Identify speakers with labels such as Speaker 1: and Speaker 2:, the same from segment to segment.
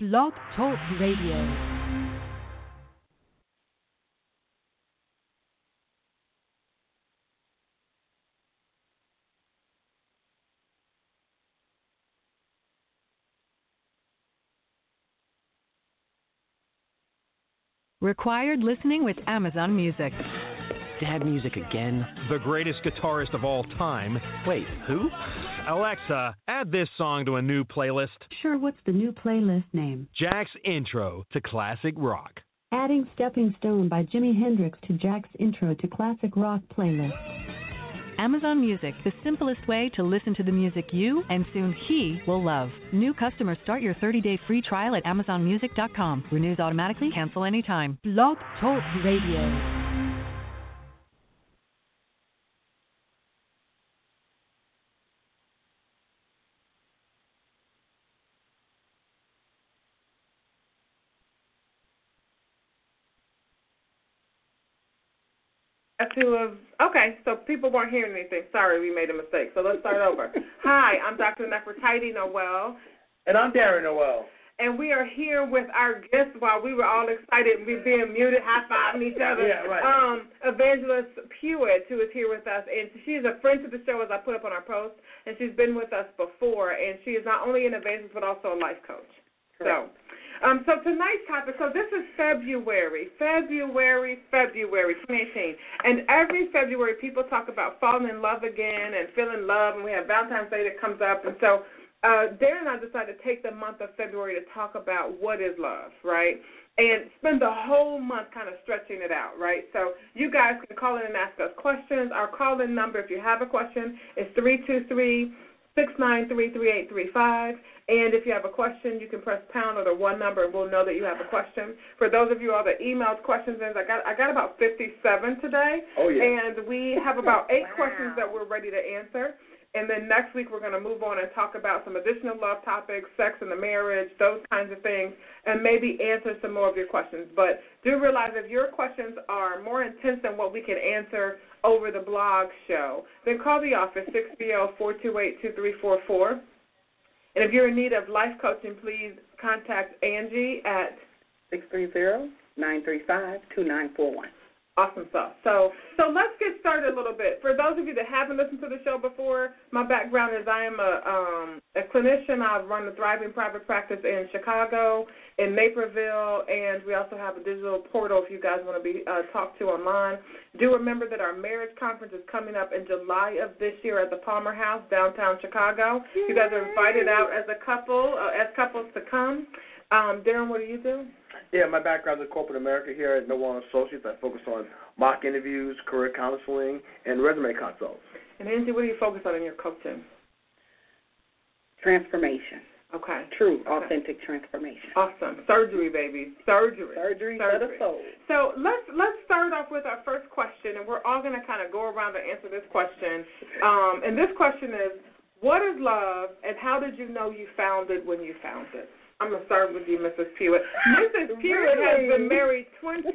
Speaker 1: Blog Talk Radio. Required listening with Amazon Music.
Speaker 2: To have music again?
Speaker 3: the greatest guitarist of all time.
Speaker 2: Wait, who?
Speaker 3: Alexa, add this song to a new playlist
Speaker 4: Sure, what's the new playlist name?
Speaker 3: Jack's Intro to Classic Rock.
Speaker 4: Adding Stepping Stone by Jimi Hendrix to Jack's intro to classic rock playlist.
Speaker 1: Amazon Music, the simplest way to listen to the music you and soon he will love. New customers start your 30-day free trial at amazonmusic.com. Renews automatically, cancel anytime. Blog Talk Radio.
Speaker 5: I see was okay. So people weren't hearing anything. Sorry, we made a mistake. So let's start over. Hi, I'm Dr. Nefertiti Noel,
Speaker 6: And I'm Darren Noel.
Speaker 5: and we are here with our guest. While we were all excited, we being muted, high fiving each other.
Speaker 6: Yeah, right.
Speaker 5: Um, Evangelist Pewitt, who is here with us, and she's a friend to the show, as I put up on our post, and she's been with us before, and she is not only an evangelist but also a life coach. So. Um, so tonight's topic, so this is February, February, February 2018. And every February, people talk about falling in love again and feeling love, and we have Valentine's Day that comes up. And so uh, Darren and I decided to take the month of February to talk about what is love, right? And spend the whole month kind of stretching it out, right? So you guys can call in and ask us questions. Our call in number, if you have a question, is 323 693 3835. And if you have a question, you can press pound or the one number, and we'll know that you have a question. For those of you all that emailed questions in, I got I got about 57 today,
Speaker 6: Oh, yeah.
Speaker 5: and we have about eight questions that we're ready to answer. And then next week we're going to move on and talk about some additional love topics, sex and the marriage, those kinds of things, and maybe answer some more of your questions. But do realize if your questions are more intense than what we can answer over the blog show, then call the office six three zero four two eight two three four four. And if you're in need of life coaching, please contact Angie at
Speaker 7: 630-935-2941.
Speaker 5: Awesome Stuff. So, so let's get started a little bit. For those of you that haven't listened to the show before, my background is I am a um, a clinician. I run a thriving private practice in Chicago, in Naperville, and we also have a digital portal if you guys want to be uh, talked to online. Do remember that our marriage conference is coming up in July of this year at the Palmer House, downtown Chicago. You guys are invited out as a couple, uh, as couples to come. Um, Darren, what do you do?
Speaker 6: Yeah, my background is in corporate America here at Noel Associates. I focus on mock interviews, career counseling, and resume consults.
Speaker 5: And Angie, what do you focus on in your coaching?
Speaker 7: Transformation.
Speaker 5: Okay.
Speaker 7: True, authentic transformation.
Speaker 5: Awesome. Surgery, baby. Surgery.
Speaker 7: Surgery for the soul.
Speaker 5: So let's let's start off with our first question, and we're all going to kind of go around and answer this question. Um, and this question is, what is love, and how did you know you found it when you found it? I'm going to start with you, Mrs. Pewitt. Mrs. Pewitt has been married 24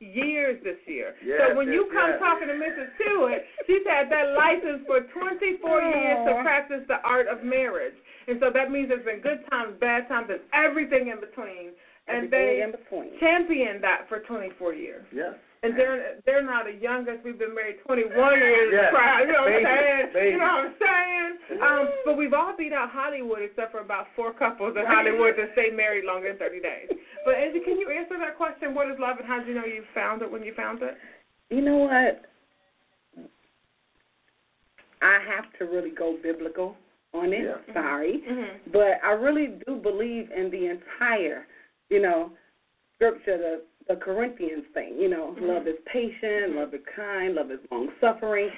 Speaker 5: years this year.
Speaker 6: Yes,
Speaker 5: so when you
Speaker 6: yes,
Speaker 5: come
Speaker 6: yes.
Speaker 5: talking to Mrs. Pewitt, she's had that license for 24 years to practice the art of marriage. And so that means there's been good times, bad times, and everything in between. And
Speaker 7: Everything
Speaker 5: they
Speaker 7: in between.
Speaker 5: championed that for 24 years.
Speaker 6: Yes.
Speaker 5: And they're they're not the youngest. We've been married 21 years.
Speaker 6: Yes.
Speaker 5: Proud, you know what I'm
Speaker 6: Baby,
Speaker 5: saying?
Speaker 6: baby.
Speaker 5: You know what I'm saying? Um, but we've all beat out Hollywood except for about four couples in Hollywood that stay married longer than 30 days. But Angie, can you answer that question? What is love, and how did you know you found it when you found it?
Speaker 7: You know what? I have to really go biblical on it.
Speaker 6: Yeah.
Speaker 7: Sorry.
Speaker 5: Mm-hmm.
Speaker 7: But I really do believe in the entire, you know, scripture, the, the Corinthians thing. You know,
Speaker 5: Mm-hmm.
Speaker 7: love is patient, love is kind, love is long suffering.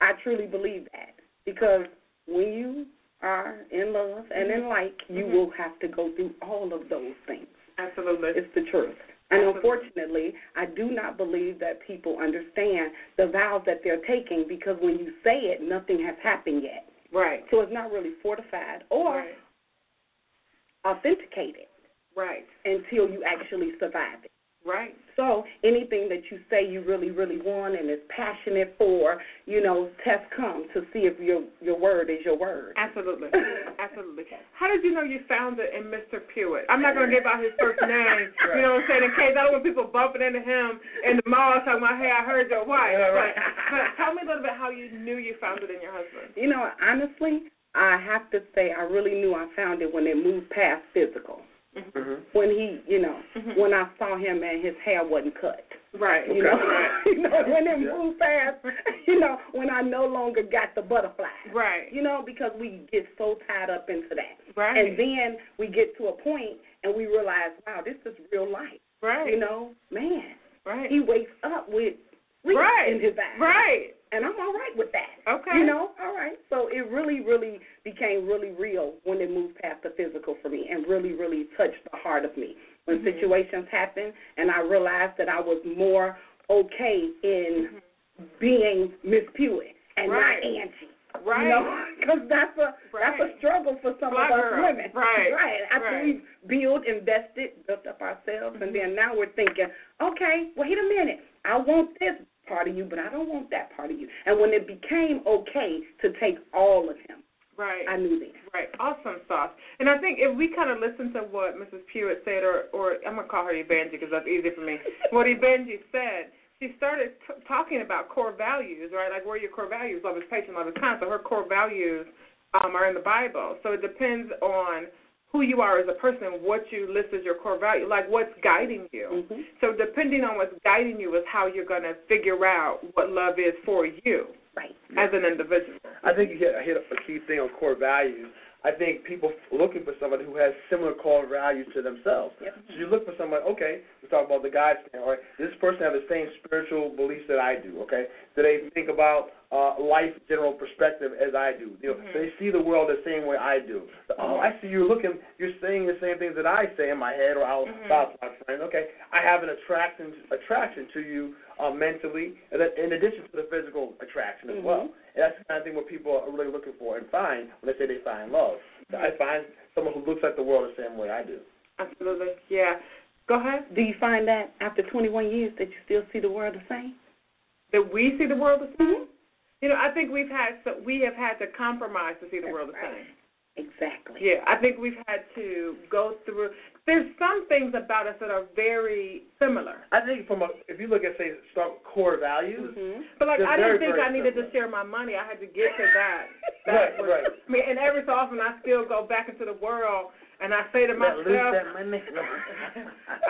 Speaker 7: I truly believe that because when you are in love and in like, you
Speaker 5: Mhm.
Speaker 7: will have to go through all of those things.
Speaker 5: Absolutely.
Speaker 7: It's the truth. And
Speaker 5: Absolutely.
Speaker 7: unfortunately, I do not believe that people understand the vows that they're taking because when you say it, nothing has happened yet.
Speaker 5: Right.
Speaker 7: So it's not really fortified or
Speaker 5: Right.
Speaker 7: authenticated
Speaker 5: Right.
Speaker 7: until you actually survive it.
Speaker 5: Right.
Speaker 7: So anything that you say you really, really want and is passionate for, you know, test come to see if your your word is your word.
Speaker 5: Absolutely. Absolutely. How did you know you found it in Mr. Pewitt? I'm not going to give out his first name, you know what I'm saying, in case I don't want people bumping into him in the mall talking about, hey, I heard your wife.
Speaker 7: Yeah, right.
Speaker 5: But, but tell me a little bit how you knew you found it in your husband.
Speaker 7: You know, honestly, I have to say I really knew I found it when it moved past physical.
Speaker 6: Mhm.
Speaker 7: When he, you know,
Speaker 5: Mhm.
Speaker 7: when I saw him and his hair wasn't cut.
Speaker 5: Right.
Speaker 7: Mm-hmm. You know,
Speaker 5: Right.
Speaker 7: you know when it
Speaker 6: Yeah.
Speaker 7: moved past. You know, when I no longer got the butterfly.
Speaker 5: Right.
Speaker 7: You know, because we get so tied up into that.
Speaker 5: Right.
Speaker 7: And then we get to a point and we realize, wow, this is real life.
Speaker 5: right.
Speaker 7: You know, man,
Speaker 5: right.
Speaker 7: he wakes up with sleep
Speaker 5: Right.
Speaker 7: in his eyes.
Speaker 5: right.
Speaker 7: And I'm all right with that.
Speaker 5: Okay.
Speaker 7: You know, all right. So it really, really became really real when it moved past the physical for me and really, really touched the heart of me. When
Speaker 5: Mhm.
Speaker 7: situations happened and I realized that I was more okay in being Miss Pewitt
Speaker 5: Mm-hmm.
Speaker 7: and
Speaker 5: Right.
Speaker 7: not Angie.
Speaker 5: Right.
Speaker 7: You know, because that's a
Speaker 5: Right.
Speaker 7: that's a struggle for some
Speaker 5: Black
Speaker 7: of us
Speaker 5: girl.
Speaker 7: women.
Speaker 5: Right.
Speaker 7: Right. After
Speaker 5: Right.
Speaker 7: we've built, invested, built up ourselves,
Speaker 5: Mhm.
Speaker 7: and then now we're thinking, okay, wait a minute, I want this part of you, but I don't want that part of you. And when it became okay to take all of him,
Speaker 5: Right.
Speaker 7: I knew then.
Speaker 5: Right, awesome sauce. And I think if we kind of listen to what Mrs. Pewitt said, or, or I'm gonna call her Evangie because that's easier for me. what Evangie said, she started t- talking about core values, right? Like where your core values, love is patient, love is kind. So her core values um, are in the Bible. So it depends on who you are as a person, what you list as your core value, like what's guiding you.
Speaker 7: Mhm.
Speaker 5: So depending on what's guiding you is how you're gonna figure out what love is for you
Speaker 7: Right.
Speaker 5: as an individual.
Speaker 6: I think you hit, hit a key thing on core values. I think people looking for someone who has similar core values to themselves.
Speaker 7: Yep.
Speaker 6: So you look for someone, okay, we talk about the God stand, all right? This person have the same spiritual beliefs that I do, okay? Do they think about uh life general perspective as I do? You know, do they see the world the same way I do. So, oh, I see you're looking you're saying the same things that I say in my head or out loud to my friend. Okay. I have an attraction attraction to you uh mentally and that- in addition to the physical attraction as well. And that's the kind of thing what people are really looking for and find when they say they find love. I find someone who looks at the world the same way I do.
Speaker 5: Absolutely, yeah. Go ahead.
Speaker 7: Do you find that after 21 years that you still see the world the same?
Speaker 5: that we see the world the same. You know, I think we've had so we have had to compromise to see the world the same.
Speaker 7: Exactly.
Speaker 5: Yeah, I think we've had to go through. There's some things about us that are very similar,
Speaker 6: I think from a if you look at say some core values,
Speaker 7: Mhm.
Speaker 5: but like
Speaker 6: They're
Speaker 5: I didn't
Speaker 6: very,
Speaker 5: think
Speaker 6: very
Speaker 5: I needed to
Speaker 6: similar.
Speaker 5: share my money. I had to get to that. that
Speaker 6: Right,
Speaker 5: was,
Speaker 6: right.
Speaker 5: I mean, and every so often I still go back into the world and I say to
Speaker 6: Not lose
Speaker 5: myself,
Speaker 6: that money.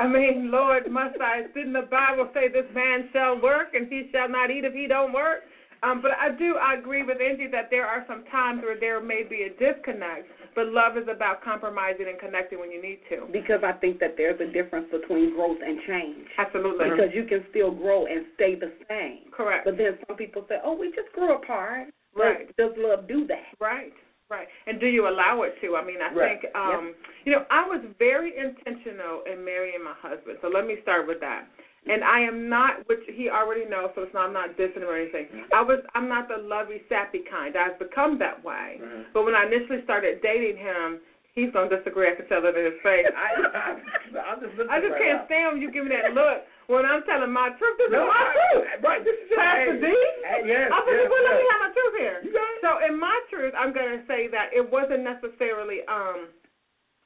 Speaker 5: I mean, Lord, must I? Didn't the Bible say this man shall work and he shall not eat if he don't work? Um, but I do I agree with Angie that there are some times where there may be a disconnect, but love is about compromising and connecting when you need to.
Speaker 7: Because I think that there's a difference between growth and change.
Speaker 5: Absolutely.
Speaker 7: Because you can still grow and stay the same.
Speaker 5: Correct.
Speaker 7: But then some people say, "Oh, we just grew apart." Look,
Speaker 5: Right.
Speaker 7: Does love do that?
Speaker 5: Right, right. And do you allow it to? I mean, I
Speaker 6: Right.
Speaker 5: think, um, you know, I was very intentional in marrying my husband. So let me start with that. And I am not, which he already knows, so it's not, I'm not dissing him or anything. I was, I'm not the lovey sappy kind. I've become that way.
Speaker 6: Mm-hmm.
Speaker 5: But when I initially started dating him, he's gonna disagree. I can tell it in his face. I,
Speaker 6: I'm just listening
Speaker 5: I just
Speaker 6: right
Speaker 5: can't
Speaker 6: now.
Speaker 5: stand when you give me that look when I'm telling my truth. This
Speaker 6: No,
Speaker 5: is my
Speaker 6: I-
Speaker 5: truth.
Speaker 6: right, this is your-
Speaker 5: Pastor
Speaker 6: hey,
Speaker 5: D.
Speaker 6: hey, yes,
Speaker 5: I said,
Speaker 6: yes,
Speaker 5: well, let me
Speaker 6: yes.
Speaker 5: have my truth here.
Speaker 6: You got it.
Speaker 5: So in my truth, I'm gonna say that it wasn't necessarily um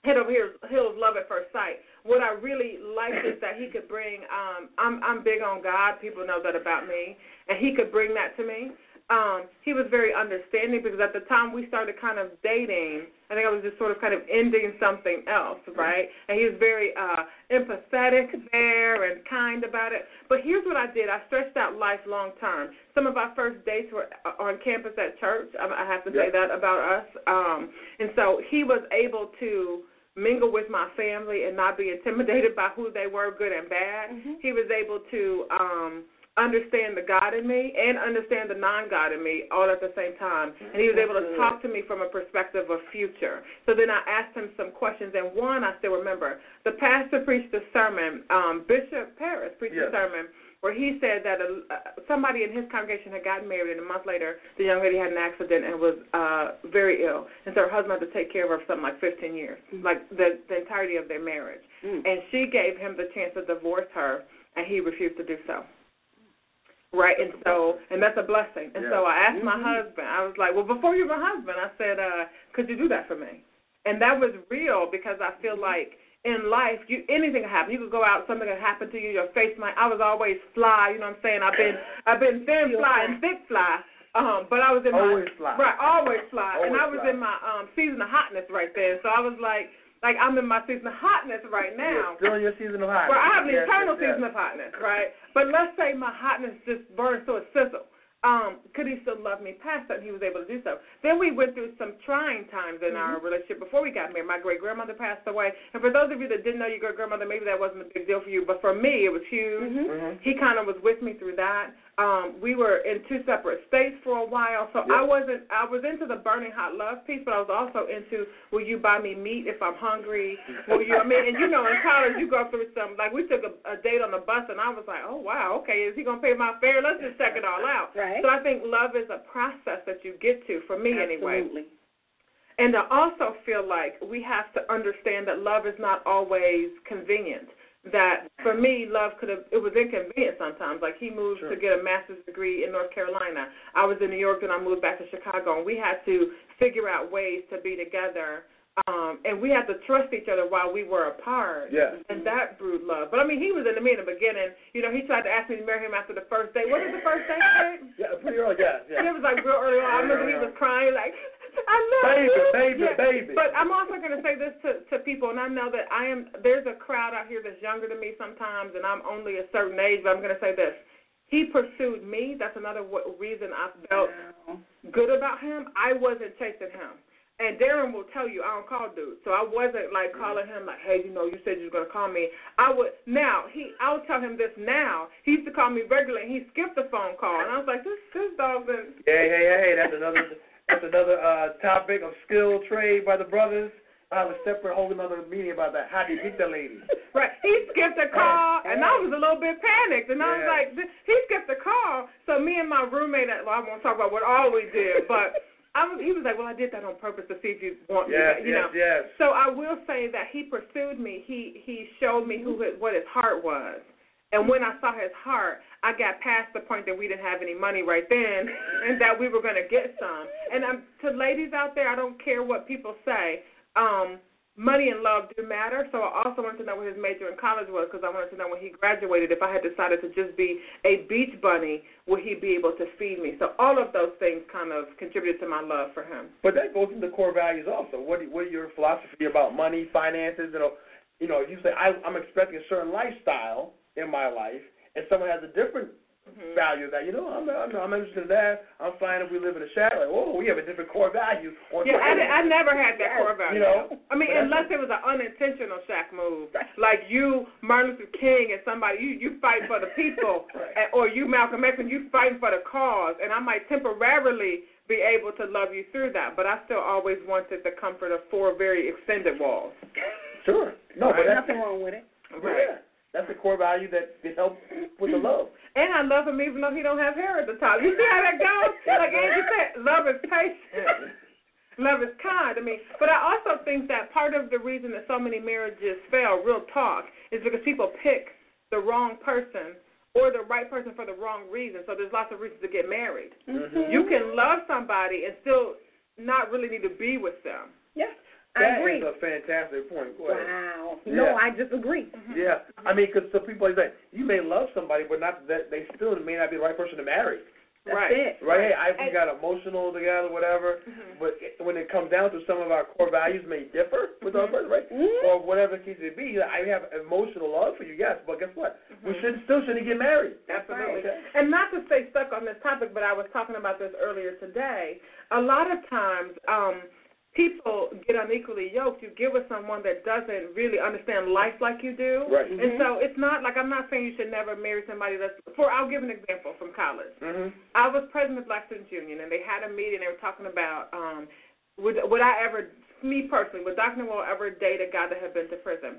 Speaker 5: head over heels, heels love at first sight. What I really liked is that he could bring um I'm I'm big on God, people know that about me, and he could bring that to me. Um, he was very understanding because at the time we started kind of dating, I think I was just sort of kind of ending something else, right? And he was very uh empathetic there and kind about it. But here's what I did. I stretched out life long term. Some of our first dates were uh, on campus at church. I I have to say that about us. Um and so he was able to mingle with my family and not be intimidated by who they were, good and bad. He was able to um understand the God in me and understand the non God in me all at the same time. And he was able to talk to me from a perspective of future. So then I asked him some questions and one I still remember. The pastor preached a sermon, um, Bishop Paris preached
Speaker 6: Yes.
Speaker 5: a sermon where he said that a, uh, somebody in his congregation had gotten married, and a month later, the young lady had an accident and was uh, very ill, and so her husband had to take care of her for something like 15 years, like the, the entirety of their marriage.
Speaker 7: Mm-hmm.
Speaker 5: And she gave him the chance to divorce her, and he refused to do so. Right, and so, and that's a blessing. And so I asked my husband, I was like, well, before you were husband, I said, uh, could you do that for me? And that was real because I feel like in life, you anything can happen. You could go out, something could happen to you. Your face might. I was always fly. You know what I'm saying? I've been, I've been thin fly and thick fly. Um, but I was in
Speaker 6: Always fly.
Speaker 5: my right, always fly, and
Speaker 6: Always
Speaker 5: I was
Speaker 6: fly.
Speaker 5: in my um season of hotness right there. So I was like, like I'm in my season of hotness right now.
Speaker 6: You're still in your season of high.
Speaker 5: Well, I have an
Speaker 6: Yes,
Speaker 5: eternal
Speaker 6: yes, yes.
Speaker 5: season of hotness, right? But let's say my hotness just burns to a sizzle. Um, could he still love me past that? And he was able to do so. Then we went through some trying times in our
Speaker 6: Mm-hmm.
Speaker 5: relationship before we got married. My great grandmother passed away, and for those of you that didn't know your great grandmother, maybe that wasn't a big deal for you, but for me, it was huge.
Speaker 7: mm-hmm.
Speaker 6: Mm-hmm.
Speaker 5: He kind of was with me through that. Um, we were in two separate states for a while, so I wasn't. I was into the burning hot love piece, but I was also into will you buy me meat if I'm hungry? Will you? I mean, and you know, in college you go through some. Like we took a, a date on the bus, and I was like, oh wow, okay, is he gonna pay my fare? Let's just check it all out.
Speaker 7: Right.
Speaker 5: So I think love is a process that you get to. For me, anyway.
Speaker 7: Absolutely.
Speaker 5: And I also feel like we have to understand that love is not always convenient. That for me, love could have it was inconvenient sometimes. Like he moved to get a master's degree in North Carolina. I was in New York, then I moved back to Chicago, and we had to figure out ways to be together. Um, and we had to trust each other while we were apart.
Speaker 6: Yes.
Speaker 5: And that brewed love. But I mean, he was into me in the beginning. You know, he tried to ask me to marry him after the first date. What is the first date? Babe?
Speaker 6: Yeah, pretty early. Yeah,
Speaker 5: And
Speaker 6: yeah.
Speaker 5: it was like real early on. I remember he was crying like, I love
Speaker 6: Baby,
Speaker 5: you.
Speaker 6: baby,
Speaker 5: Yeah.
Speaker 6: baby.
Speaker 5: But I'm also going to say this to, to people, and I know that I am. There's a crowd out here that's younger than me sometimes, and I'm only a certain age. But I'm going to say this: he pursued me. That's another w- reason I felt good about him. I wasn't chasing him. And Darren will tell you I don't call dudes, so I wasn't like calling him like, hey, you know, you said you were gonna call me. I would now he I'll tell him this now. He used to call me regularly. and He skipped the phone call, and I was like, this this dog been
Speaker 6: Hey, hey, hey, that's another that's another uh topic of skill trade by the brothers. I have a separate whole another meeting about that. How do you get that lady?
Speaker 5: Right. He skipped a call, and I was a little bit panicked, and I was
Speaker 6: Yeah.
Speaker 5: like, th- he skipped a call. So me and my roommate, well, I won't talk about what all we did, but I was. He was like, well, I did that on purpose to see if you want me.
Speaker 6: Yes,
Speaker 5: back," You
Speaker 6: yes,
Speaker 5: know.
Speaker 6: yes.
Speaker 5: So I will say that he pursued me. He he showed me who his, what his heart was. And when I saw his heart, I got past the point that we didn't have any money right then and that we were going to get some. And I'm, to ladies out there, I don't care what people say. Um, money and love do matter. So I also wanted to know what his major in college was because I wanted to know when he graduated, if I had decided to just be a beach bunny, would he be able to feed me? So all of those things kind of contributed to my love for him.
Speaker 6: But that goes into core values also. What do- what are your philosophy about money, finances, and all- you know, if you say I, I'm expecting a certain lifestyle in my life, and someone has a different
Speaker 5: Mm-hmm.
Speaker 6: value of that, you know, I'm not, I'm, not, I'm interested in that. I'm fine if we live in a shack. Like, whoa, we have a different core value. On
Speaker 5: Yeah, I, di- I never had that core
Speaker 6: You
Speaker 5: value.
Speaker 6: know?
Speaker 5: I mean,
Speaker 6: But that's-
Speaker 5: unless it was an unintentional Shaq move, like you, Martin Luther King, and somebody you you fight for the people, and- or you, Malcolm X, and you fighting for the cause, and I might temporarily be able to love you through that, but I still always wanted the comfort of four very extended walls.
Speaker 6: sure. No, but that's
Speaker 7: Nothing wrong with Mm-hmm.
Speaker 6: Yeah.
Speaker 7: it.
Speaker 6: That's the core value that can help with the love.
Speaker 5: And I love him even though he don't have hair at the top. You see how that goes? Like Angie said, love is patient. Love is kind. I mean, but I also think that part of the reason that so many marriages fail, real talk, is because people pick the wrong person or the right person for the wrong reason. So there's lots of reasons to get married. Mm-hmm.
Speaker 7: Mm-hmm.
Speaker 5: You can love somebody and still not really need to be with them.
Speaker 7: Yeah,
Speaker 6: That
Speaker 7: I
Speaker 6: is
Speaker 7: agree.
Speaker 6: a fantastic point. Go ahead.
Speaker 7: Wow. No,
Speaker 6: Yeah.
Speaker 7: I disagree.
Speaker 6: Yeah, I mean, because some people like that. You may love somebody, but not that they still may not be the right person to marry.
Speaker 7: That's
Speaker 5: right. Mm-hmm.
Speaker 7: it.
Speaker 6: Right? Hey, I, we
Speaker 5: And-
Speaker 6: got emotional together, whatever. But it, when it comes down to some of our core values may differ with our
Speaker 5: Mm-hmm.
Speaker 6: person, right?
Speaker 7: Mm-hmm.
Speaker 6: Or whatever the case may be. I have emotional love for you, yes, but guess what?
Speaker 5: Mm-hmm.
Speaker 6: We should still shouldn't get married.
Speaker 5: Absolutely.
Speaker 6: Okay.
Speaker 5: And not to stay stuck on this topic, but I was talking about this earlier today. A lot of times, um, people get unequally yoked. You get with someone that doesn't really understand life like you do.
Speaker 6: Right.
Speaker 5: And so it's not like I'm not saying you should never marry somebody that's. For I'll give an example from college.
Speaker 6: Mm-hmm.
Speaker 5: I was president of Black Students Union, and they had a meeting. They were talking about um, would would I ever, me personally, would Dr. Noel ever date a guy that had been to prison?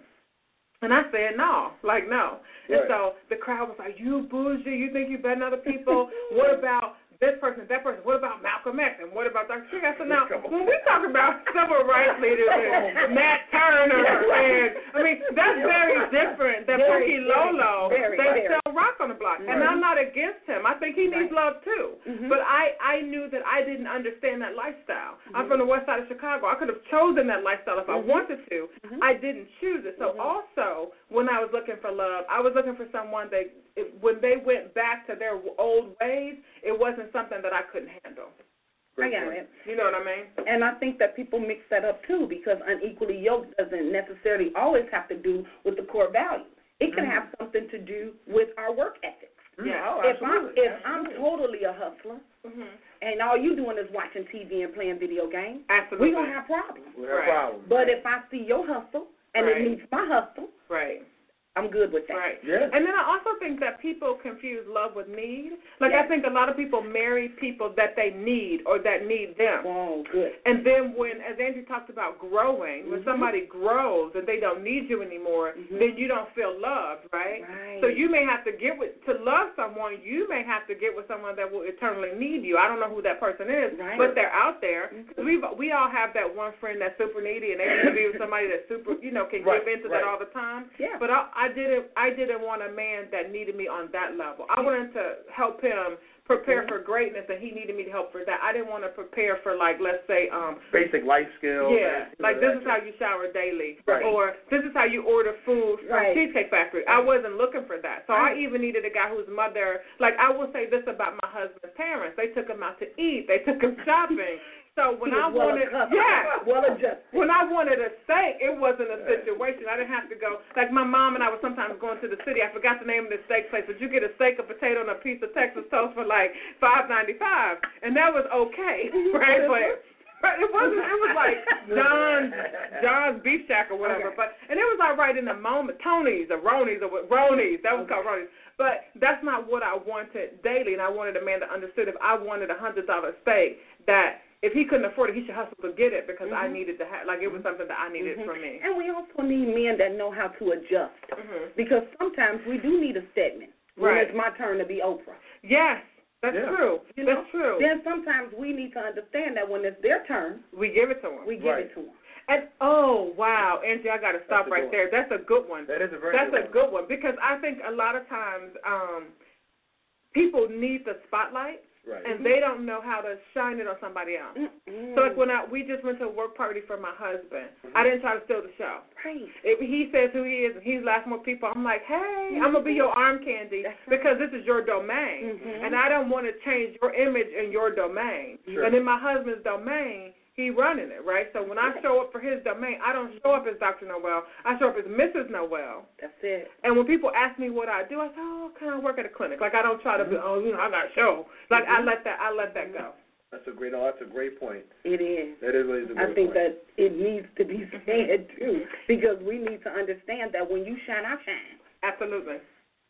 Speaker 5: And I said no, like no. And
Speaker 6: Right.
Speaker 5: so the crowd was like, "You bougie! You think you better than other people? what about this person, that person? What about Malcolm X? And what about Dr. King?" I said, "Now,
Speaker 6: Come on.
Speaker 5: when we talk about civil rights leaders and Matt Turner, and I mean that's very different than
Speaker 7: Very,
Speaker 5: Pookie
Speaker 7: very,
Speaker 5: Lolo
Speaker 7: very,
Speaker 5: that
Speaker 7: very.
Speaker 5: sell rock on the block. And
Speaker 7: Right.
Speaker 5: I'm not against him. I think he needs love too.
Speaker 7: Mhm.
Speaker 5: But I I knew that I didn't understand that lifestyle. I'm
Speaker 7: Mm-hmm.
Speaker 5: from the west side of Chicago. I could have chosen that lifestyle if I wanted to.
Speaker 7: Mm-hmm.
Speaker 5: I didn't choose it. So also, when I was looking for love, I was looking for someone that it, when they went back to their old ways, it wasn't something that I couldn't handle.
Speaker 7: I got it.
Speaker 5: You know what I mean?
Speaker 7: And I think that people mix that up too because unequally yoked doesn't necessarily always have to do with the core value. It
Speaker 5: Mm.
Speaker 7: can have something to do with our work ethics.
Speaker 5: Yeah.
Speaker 6: Oh,
Speaker 7: if I'm
Speaker 6: absolutely,
Speaker 7: if I'm
Speaker 6: absolutely.
Speaker 7: totally a hustler
Speaker 5: Mhm.
Speaker 7: and all you doing is watching TV and playing video games,
Speaker 5: Absolutely.
Speaker 7: we gonna have problems.
Speaker 6: we have
Speaker 5: Right.
Speaker 6: problems.
Speaker 7: But if I see your hustle and
Speaker 5: Right.
Speaker 7: it meets my hustle,
Speaker 5: right.
Speaker 7: I'm good with that.
Speaker 5: Right.
Speaker 6: Yes.
Speaker 5: And then I also think that people confuse love with need. Like
Speaker 7: Yes.
Speaker 5: I think a lot of people marry people that they need or that need them.
Speaker 7: Oh, good.
Speaker 5: And then when, as Andrew talked about growing, when
Speaker 7: Mhm.
Speaker 5: somebody grows and they don't need you anymore,
Speaker 7: Mhm.
Speaker 5: then you don't feel loved, right?
Speaker 7: Right.
Speaker 5: So you may have to get with to love someone. You may have to get with someone that will eternally need you. I don't know who that person is,
Speaker 7: Right.
Speaker 5: but they're out there.
Speaker 7: Mhm.
Speaker 5: Cause we we all have that one friend that's super needy, and they need to be with somebody that's super, you know, can
Speaker 6: Right,
Speaker 5: give into
Speaker 6: right.
Speaker 5: that all the time.
Speaker 7: Yeah.
Speaker 5: But I, I didn't I didn't want a man that needed me on that level. I wanted to help him prepare
Speaker 7: Mm-hmm.
Speaker 5: for greatness, and he needed me to help for that. I didn't want to prepare for like let's say um
Speaker 6: Basic life skills.
Speaker 5: yeah,
Speaker 6: and-
Speaker 5: like this is how you shower daily,
Speaker 6: Right.
Speaker 5: or this is how you order food from
Speaker 7: Right.
Speaker 5: Cheesecake Factory. I wasn't looking for that, so I even needed a guy whose mother. Like I will say this about my husband's parents: they took him out to eat, they took him shopping. So when
Speaker 7: He
Speaker 5: I
Speaker 7: was well
Speaker 5: wanted,
Speaker 7: accustomed,
Speaker 5: yeah,
Speaker 7: well adjusted.
Speaker 5: when I wanted a steak, it wasn't a situation. I didn't have to go. Like my mom and I were sometimes going to the city. I forgot the name of the steak place, but you get a steak, a potato, and a piece of Texas toast for like five ninety five, and that was okay, right? But but it wasn't. It was like John's John's Beef Shack or whatever.
Speaker 7: Okay.
Speaker 5: But and it was all right in the moment. Tony's or Ronies or what- Ronies. That was called Ronies. But that's not what I wanted daily. And I wanted a man that understood if I wanted a hundred dollar steak that. If he couldn't afford it, he should hustle to get it because I needed to have like it was something that I needed for me.
Speaker 7: And we also need men that know how to adjust
Speaker 5: Mhm.
Speaker 7: because sometimes we do need a Stedman when
Speaker 5: Right.
Speaker 7: it's my turn to be Oprah.
Speaker 5: Yes, that's
Speaker 6: Yeah.
Speaker 5: true.
Speaker 7: You know?
Speaker 5: that's true.
Speaker 7: Then sometimes we need to understand that when it's their turn,
Speaker 5: We give it to him.
Speaker 7: we give
Speaker 6: Right.
Speaker 7: it to them.
Speaker 5: and oh wow, Angie, I got to stop
Speaker 6: That's a
Speaker 5: right
Speaker 6: good
Speaker 5: there. That's a good one.
Speaker 6: That is a very
Speaker 5: That's
Speaker 6: good
Speaker 5: a good one because I think a lot of times um people need the spotlight
Speaker 6: one. Right.
Speaker 5: and they don't know how to shine it on somebody else. So
Speaker 7: Mm.
Speaker 5: like when I we just went to a work party for my husband, I didn't try to steal the show.
Speaker 7: right.
Speaker 5: If he says who he is and he's laughing with people, I'm like, hey, I'm gonna be your arm candy because this is your domain,
Speaker 7: Mhm.
Speaker 5: and I don't want to change your image in your domain.
Speaker 6: Sure.
Speaker 5: And in my husband's domain, he running it right. So when I show up for his domain, I don't show up as Dr. Noel. I show up as Mrs. Noel.
Speaker 7: That's it.
Speaker 5: And when people ask me what I do, I say, oh, can I work at a clinic? Like I don't try to
Speaker 7: Mm-hmm.
Speaker 5: be, oh, you know, I got a show. Like I let that, I let that go.
Speaker 6: That's a great. No, that's a great point.
Speaker 7: It is.
Speaker 6: That is really a good
Speaker 7: I
Speaker 6: point.
Speaker 7: think that it needs to be said too because we need to understand that when you shine, I shine.
Speaker 5: Absolutely,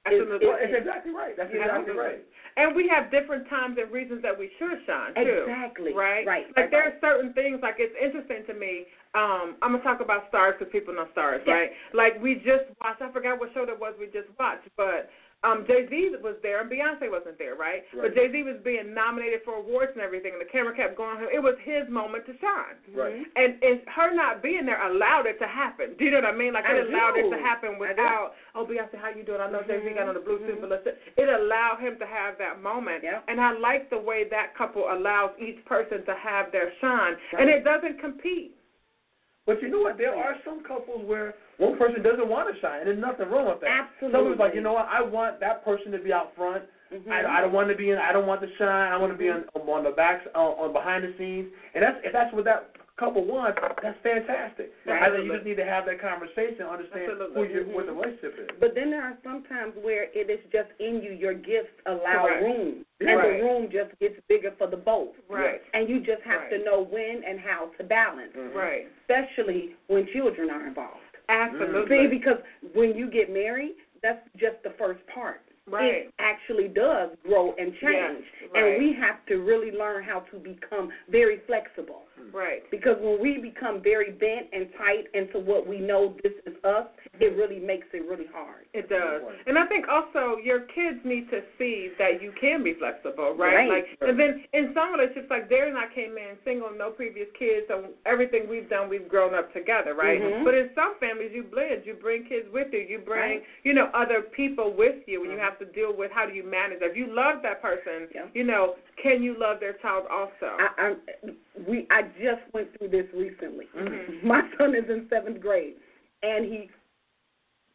Speaker 5: absolutely.
Speaker 6: Well, it's exactly right. That's
Speaker 5: Yeah,
Speaker 6: exactly
Speaker 5: absolutely.
Speaker 6: right.
Speaker 5: And we have different times and reasons that we should shine too.
Speaker 7: Exactly.
Speaker 5: Right.
Speaker 7: Right.
Speaker 5: Like there are certain things. Like it's interesting to me. Um, I'm gonna talk about stars because people know stars,
Speaker 7: Yeah.
Speaker 5: right? Like we just watched. I forgot what show that was. We just watched, but. Um, Jay Z was there and Beyonce wasn't there, right?
Speaker 6: Right.
Speaker 5: But Jay Z was being nominated for awards and everything, and the camera kept going. on him. It was his moment to shine,
Speaker 6: Right.
Speaker 5: and and her not being there allowed it to happen. Do you know what I mean? Like
Speaker 7: I
Speaker 5: it allowed it to
Speaker 7: do.
Speaker 5: happen
Speaker 7: I do. Mm-hmm.
Speaker 5: without oh Beyonce, how you doing? I know Jay Z got on the blue suit, but let's it allowed him to have that moment.
Speaker 7: Yep.
Speaker 5: And I like the way that couple allows each person to have their shine, and it doesn't compete.
Speaker 6: But you know what? There are some couples where one person doesn't want to shine, and there's nothing wrong with that. Someone's like, you know what? I want that person to be out front.
Speaker 7: Mm-hmm.
Speaker 6: I, I don't want to be in. I don't want to shine. I want to be on on the backs on, on behind the scenes. And that's if that's what that couple wants. That's fantastic. I think you just need to have that conversation, understand
Speaker 5: Absolutely.
Speaker 6: who your what the relationship is.
Speaker 7: But then there are some times where it is just in you. Your gifts allow
Speaker 5: Correct.
Speaker 7: room,
Speaker 6: Yeah.
Speaker 7: and
Speaker 5: Right.
Speaker 7: the room just gets bigger for the both.
Speaker 5: Right.
Speaker 7: And you just have
Speaker 5: Right.
Speaker 7: to know when and how to balance,
Speaker 6: Mm.
Speaker 5: Right.
Speaker 7: especially when children are involved.
Speaker 5: Absolutely.
Speaker 6: Mm-hmm.
Speaker 7: See, because when you get married, that's just the first part.
Speaker 5: Right.
Speaker 7: It actually does grow and change.
Speaker 5: Yeah, right.
Speaker 7: And we have to really learn how to become very flexible.
Speaker 5: Right.
Speaker 7: Because when we become very bent and tight into what we know this is us it really makes it really hard.
Speaker 5: It does. And I think also your kids need to see that you can be flexible, right?
Speaker 7: Right.
Speaker 5: Like and then in some relationships like theirs and I came in single, no previous kids, so everything we've done we've grown up together, right?
Speaker 7: Mhm.
Speaker 5: But in some families you blend, you bring kids with you, you bring,
Speaker 7: Right. Mm-hmm.
Speaker 5: you know, other people with you and you have to deal with how do you manage that. If you love that person,
Speaker 7: Yeah.
Speaker 5: you know, can you love their child also?
Speaker 7: I, I we I just went through this recently.
Speaker 5: Mhm.
Speaker 7: My son is in seventh grade, and he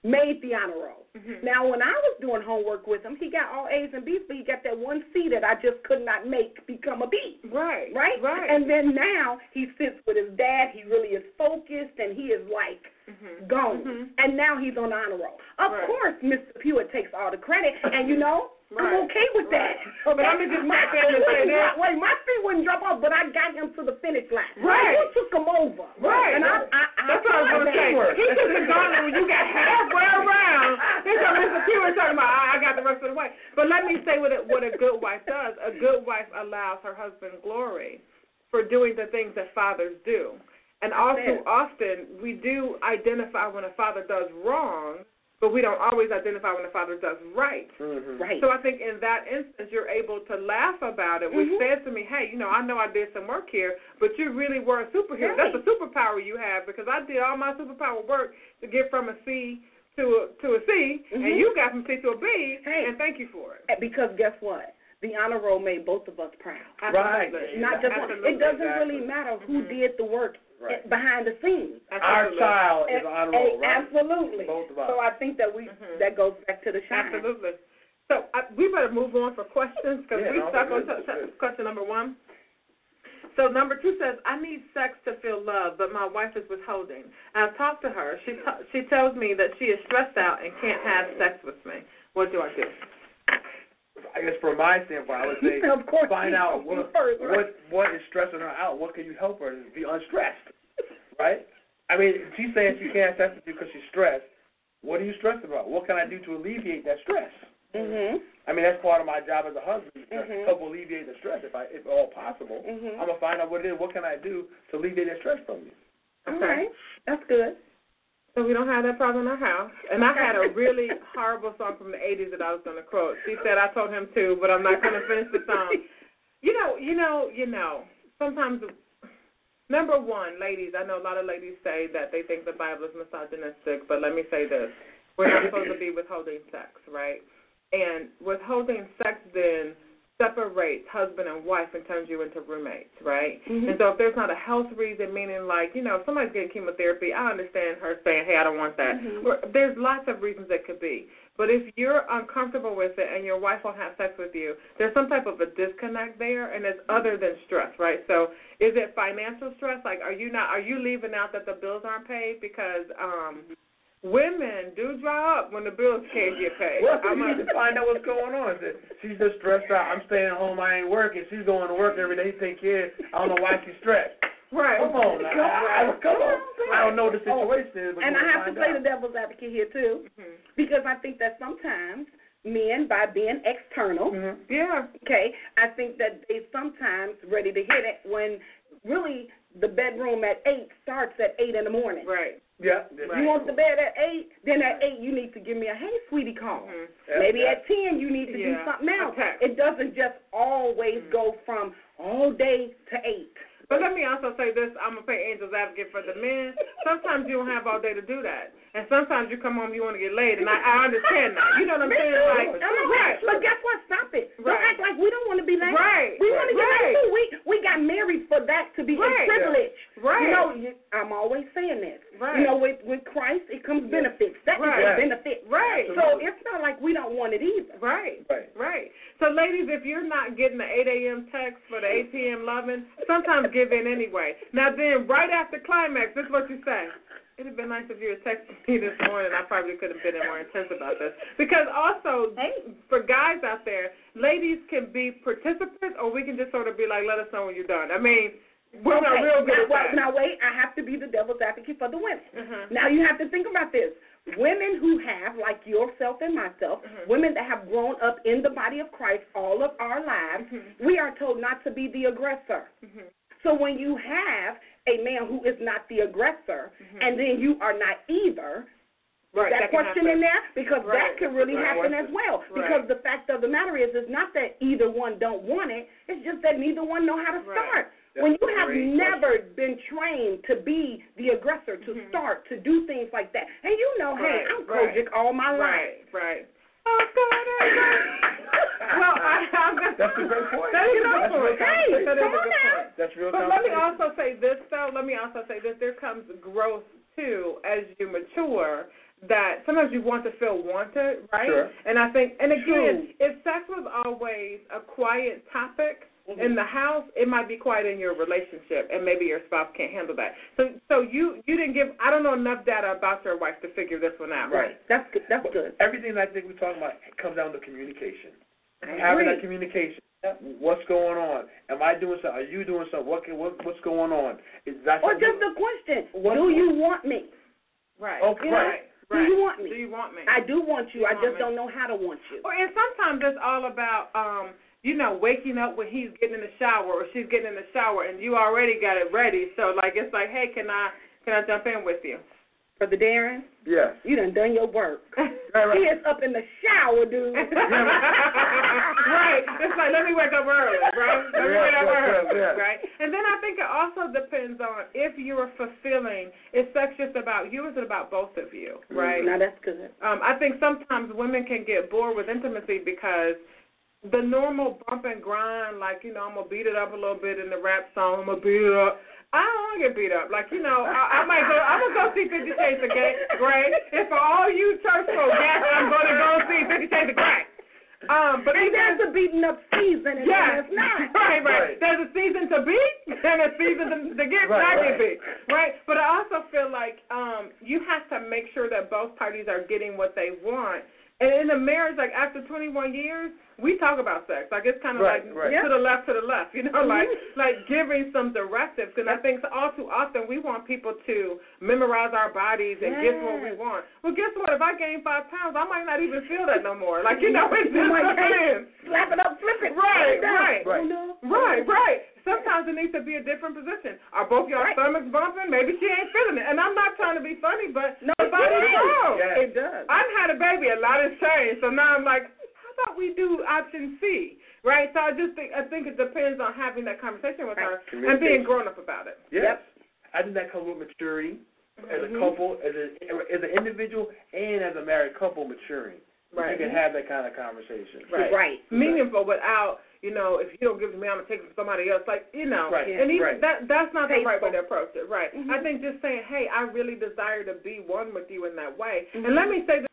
Speaker 7: made the honor roll.
Speaker 5: Mhm.
Speaker 7: Now, when I was doing homework with him, he got all A's and B's, but he got that one C that I just could not make become a B.
Speaker 5: Right.
Speaker 7: Right?
Speaker 5: Right.
Speaker 7: And then now he sits with his dad. He really is focused, and he is like
Speaker 5: Mhm.
Speaker 7: gone.
Speaker 5: Mhm.
Speaker 7: And now he's on honor roll. Of
Speaker 5: Right.
Speaker 7: course, Mr. Pewitt takes all the credit, and you know,
Speaker 5: Right.
Speaker 7: I'm okay with that.
Speaker 5: Right. But I'm gonna just
Speaker 7: my
Speaker 5: knock down
Speaker 7: feet
Speaker 5: and say
Speaker 7: wouldn't
Speaker 5: that-
Speaker 7: drop- Wait, my feet wouldn't drop off, but I got him to the finish line.
Speaker 5: Right.
Speaker 7: You took him over.
Speaker 5: Right.
Speaker 7: And I, I, I
Speaker 5: That's what I was
Speaker 7: applaud
Speaker 5: gonna
Speaker 7: that.
Speaker 5: say. He should have gone there when you got halfway around. They come Mr. Stewart talking about I, I got the rest of the way. But let me say what a, what a good wife does. A good wife allows her husband glory for doing the things that fathers do. And all
Speaker 7: That's
Speaker 5: too
Speaker 7: it.
Speaker 5: often we do identify when a father does wrong, but we don't always identify when a father does right.
Speaker 7: Right.
Speaker 5: So I think in that instance, you're able to laugh about it, which
Speaker 7: Mhm.
Speaker 5: says to me, hey, you know, I know I did some work here, but you really were a superhero.
Speaker 7: Right.
Speaker 5: That's a superpower you have because I did all my superpower work to get from a C to a, to a C, and
Speaker 7: Mhm.
Speaker 5: you got from C to a B,
Speaker 7: Hey.
Speaker 5: and thank you for it.
Speaker 7: because guess what? The honor roll made both of us proud.
Speaker 6: Right.
Speaker 5: Absolutely.
Speaker 7: Not just one.
Speaker 5: Absolutely.
Speaker 7: It doesn't
Speaker 6: Exactly.
Speaker 7: really matter who
Speaker 5: Mhm.
Speaker 7: did the work
Speaker 6: Right.
Speaker 7: behind the scenes.
Speaker 6: Our
Speaker 5: Absolutely.
Speaker 6: child is honorable,
Speaker 7: Eh,
Speaker 6: right?
Speaker 7: Absolutely.
Speaker 6: Both of us.
Speaker 7: So I think that we
Speaker 5: Mhm.
Speaker 7: that goes back to the shine.
Speaker 5: Absolutely. So I, we better move on for questions because
Speaker 6: Yeah,
Speaker 5: we
Speaker 6: no,
Speaker 5: stuck
Speaker 6: we're
Speaker 5: on
Speaker 6: good,
Speaker 5: t-
Speaker 6: we're
Speaker 5: t-
Speaker 6: good.
Speaker 5: question number one. So number two says, I need sex to feel love, but my wife is withholding. I've talked to her. She t- she tells me that she is stressed out and can't have sex with me. What do I do?
Speaker 6: I guess from my standpoint, I would say
Speaker 7: of course,
Speaker 6: find
Speaker 7: we
Speaker 6: out
Speaker 7: go
Speaker 6: what
Speaker 7: first, right?
Speaker 6: what what is stressing her out. What can you help her to be unstressed, right? I mean, she's saying she can't test with you because she's stressed. What are you stressed about? What can I do to alleviate that stress?
Speaker 7: Mhm.
Speaker 6: I mean, that's part of my job as a husband is to
Speaker 7: Mhm.
Speaker 6: help alleviate the stress if I, if at all possible.
Speaker 7: Mhm.
Speaker 6: I'm gonna find out what it is. What can I do to alleviate that stress from you?
Speaker 7: All
Speaker 5: Okay.
Speaker 7: right. That's good.
Speaker 5: So we don't have that problem in our house. And I had a really horrible song from the 80s that I was going to quote. She said, I told him to, but I'm not going to finish the song. You know, you know, you know, sometimes, number one, ladies, I know a lot of ladies say that they think the Bible is misogynistic, but let me say this. We're not supposed to be withholding sex, right? And withholding sex then separates husband and wife and turns you into roommates, right?
Speaker 7: Mhm.
Speaker 5: And so if there's not a health reason, meaning like, you know, if somebody's getting chemotherapy, I understand her saying, hey, I don't want that.
Speaker 6: Mm-hmm.
Speaker 7: Mhm.
Speaker 5: Or- There's lots of reasons it could be. But if you're uncomfortable with it and your wife won't have sex with you, there's some type of a disconnect there, and it's
Speaker 6: Mm-hmm.
Speaker 5: other than stress, right? So is it financial stress? Like, are you not are you leaving out that the bills aren't paid because um women do dry up when the bills can't get paid?
Speaker 6: Well, you
Speaker 5: I'm a-
Speaker 6: need to find out what's going on. Is it- She's just stressed out. I'm staying home. I ain't working. She's going to work every day to take care. I don't know why she's stressed.
Speaker 5: right.
Speaker 6: Come on, now. I, I, come on. I don't know what the situation is, but
Speaker 7: And
Speaker 6: you
Speaker 7: I have to
Speaker 6: find
Speaker 7: play
Speaker 6: out.
Speaker 7: the devil's advocate here too,
Speaker 5: Mhm.
Speaker 7: because I think that sometimes men, by being external,
Speaker 6: Mhm.
Speaker 5: Mm-hmm. Yeah.
Speaker 7: okay, I think that they sometimes ready to hit it when really the bedroom at eight starts at eight in the morning.
Speaker 5: Right.
Speaker 6: Yeah.
Speaker 5: Right.
Speaker 7: You want the bed at eight, then at eight you need to give me a hey sweetie call.
Speaker 5: Mhm.
Speaker 7: Maybe at ten you need to do
Speaker 5: Yeah.
Speaker 7: something else.
Speaker 5: Okay. Mm.
Speaker 7: It doesn't just always go from all day to eight.
Speaker 5: But let me also say this: I'm gonna pay Angel's advocate for the men. Sometimes you don't have all day to do that, and sometimes you come home you want to get laid, and I, I understand that. You know what I'm
Speaker 7: Me
Speaker 5: saying?
Speaker 7: too.
Speaker 5: Like,
Speaker 7: I'm like,
Speaker 5: right,
Speaker 7: But guess what? Stop it. Don't
Speaker 5: Right.
Speaker 7: act like we don't want to be late.
Speaker 5: right,
Speaker 7: We want to get
Speaker 5: right,
Speaker 7: married too. We we got married for that to be
Speaker 5: Right.
Speaker 7: a privilege.
Speaker 5: right,
Speaker 7: You know, you- I'm always saying this.
Speaker 5: right,
Speaker 7: You know, with with Christ, it comes benefits. That is
Speaker 5: Right.
Speaker 7: a benefit.
Speaker 5: right,
Speaker 7: So it's not like we don't want it either.
Speaker 5: right.
Speaker 6: Right.
Speaker 5: Right. So, ladies, if you're not getting the 8 a.m. text for the 8 p.m. loving, sometimes give in anyway. Now, then, right after climax, this is what you say. It'd have been nice if you had texted me this morning. I probably could have been more intense about this. Because also, for guys out there, ladies can be participants, or we can just sort of be like, let us know when you're done. I mean, we're
Speaker 7: okay.
Speaker 5: not real good
Speaker 7: now,
Speaker 5: at
Speaker 7: well,
Speaker 5: that.
Speaker 7: now wait, I have to be the devil's advocate for the women.
Speaker 5: Mhm.
Speaker 7: Now you have to think about this. Women who have, like yourself and myself,
Speaker 5: Mhm.
Speaker 7: women that have grown up in the body of Christ all of our lives,
Speaker 5: Mhm.
Speaker 7: we are told not to be the aggressor.
Speaker 5: Mhm.
Speaker 7: So when you have a man who is not the aggressor, and then you are not either,
Speaker 5: Right,
Speaker 7: that,
Speaker 5: that can
Speaker 7: question
Speaker 5: happen.
Speaker 7: in there because
Speaker 5: Right.
Speaker 7: that could really
Speaker 5: Right.
Speaker 7: happen as well.
Speaker 5: Right.
Speaker 7: Because the fact of the matter is, it's not that either one don't want it. It's just that neither one know how to
Speaker 5: Right.
Speaker 7: start.
Speaker 6: That's
Speaker 7: when
Speaker 6: a
Speaker 7: you have
Speaker 6: great
Speaker 7: never been trained to be the aggressor, to start, to do things like that, and you know, hey,
Speaker 5: Mm-hmm. Right.
Speaker 7: I'm
Speaker 5: Right.
Speaker 7: Kojic all my life.
Speaker 5: Right, right. Oh God, I know. well, I, I'm gonna,
Speaker 6: That's a great point.
Speaker 5: That is a
Speaker 6: That's a
Speaker 5: good point.
Speaker 6: great conversation.
Speaker 5: that is
Speaker 7: come
Speaker 5: a
Speaker 7: on
Speaker 5: good
Speaker 7: now.
Speaker 5: point.
Speaker 6: That's real
Speaker 5: But let me
Speaker 6: conversation.
Speaker 5: also say this, though. Let me also say this. There comes growth too as you mature. That sometimes you want to feel wanted, right?
Speaker 6: Sure.
Speaker 5: And I think, and again, if sex was always a quiet topic in the house, it might be quiet in your relationship, and maybe your spouse can't handle that. So, so you you didn't give. I don't know enough data about your wife to figure this one out.
Speaker 6: Right.
Speaker 7: That's good. That's
Speaker 6: But
Speaker 7: good.
Speaker 6: Everything I think we're talking about comes down to communication.
Speaker 7: I
Speaker 6: Having
Speaker 7: agree.
Speaker 6: that communication. What's going on? Am I doing something? Are you doing something? What, can- what what's going on? Is that
Speaker 7: Or
Speaker 6: something-
Speaker 7: just the question,
Speaker 6: What-
Speaker 7: do you want me?
Speaker 5: Right.
Speaker 6: Okay.
Speaker 5: Right.
Speaker 7: Do
Speaker 5: right.
Speaker 7: you want me?
Speaker 5: Do you want me?
Speaker 7: I do want you. I
Speaker 5: want
Speaker 7: just
Speaker 5: me?
Speaker 7: don't know how to want you.
Speaker 5: Or and sometimes it's all about um, you know, waking up when he's getting in the shower or she's getting in the shower and you already got it ready. So like it's like, hey, can I can I jump in with you?
Speaker 7: Brother Darren,
Speaker 6: Yes.
Speaker 7: you done done your work.
Speaker 6: Right, right.
Speaker 7: He is up in the shower, dude.
Speaker 5: right. It's like let me wake up early, right? Let me
Speaker 6: Yeah,
Speaker 5: wake up
Speaker 6: yeah,
Speaker 5: early,
Speaker 6: yeah, yeah.
Speaker 5: right? And then I think it also depends on if you're fulfilling. Is sex just about you? Or is it about both of you, right?
Speaker 7: Now that's good.
Speaker 5: Um, I think sometimes women can get bored with intimacy because the normal bump and grind, like, you know, I'm going to beat it up a little bit in the rap song, I'm going to beat it up. I don't want to get beat up. Like, you know, I, I might go, I'm going to go see Fifty Shades of Gay, Grey. And for all you church folk, yes, I'm going to go see Fifty Shades of Grey. Um, but
Speaker 7: And
Speaker 5: even-
Speaker 7: there's a beating up season, and
Speaker 5: Yes.
Speaker 7: there's not.
Speaker 5: Right, right,
Speaker 6: Right.
Speaker 5: There's a season to be and a season to, to get
Speaker 6: Right,
Speaker 5: not
Speaker 6: right.
Speaker 5: get beat. Right. But I also feel like um you have to make sure that both parties are getting what they want. And in a marriage, like after 21 years, we talk about sex. Like it's kind of
Speaker 6: Right,
Speaker 5: like
Speaker 6: right.
Speaker 5: to the left, to the left. You know, like like giving some directives. Because I think all too often we want people to memorize our bodies and guess what we
Speaker 7: Yes.
Speaker 5: want. Well, guess what? If I gain five pounds, I might not even feel that no more. Like you know, it's
Speaker 7: You
Speaker 5: just
Speaker 7: might
Speaker 5: saying.
Speaker 7: Slap it up, flip it.
Speaker 5: Right,
Speaker 7: put it down.
Speaker 5: right,
Speaker 6: right.
Speaker 7: You know?
Speaker 5: Right, right. Sometimes it needs to be a different position. Are both y'all
Speaker 7: Right.
Speaker 5: stomachs bumping? Maybe she ain't feeling it. And I'm not trying to be funny, but
Speaker 7: No,
Speaker 5: the
Speaker 7: it
Speaker 5: body
Speaker 7: does.
Speaker 5: knows.
Speaker 6: Yes.
Speaker 7: It does.
Speaker 5: I've had a baby, a lot has changed. So now I'm like, how about we do option C? Right? So I just think I think it depends on having that conversation with her and
Speaker 6: Communication.
Speaker 5: being grown up about it.
Speaker 6: Yes. I think that comes with maturity as
Speaker 5: Mm-hmm.
Speaker 6: a couple, as a as an individual, and as a married couple maturing.
Speaker 5: Right.
Speaker 6: You can have that kind of conversation.
Speaker 5: Right.
Speaker 7: Right.
Speaker 5: Meaningful without, you know, if you don't give it to me, I'm gonna take it from somebody else. Like, you know,
Speaker 6: Right,
Speaker 5: and even
Speaker 6: right.
Speaker 5: that that's not the right way to
Speaker 7: Tasteful.
Speaker 5: approach it. Right. I think just saying, hey, I really desire to be one with you in that way. And let me say this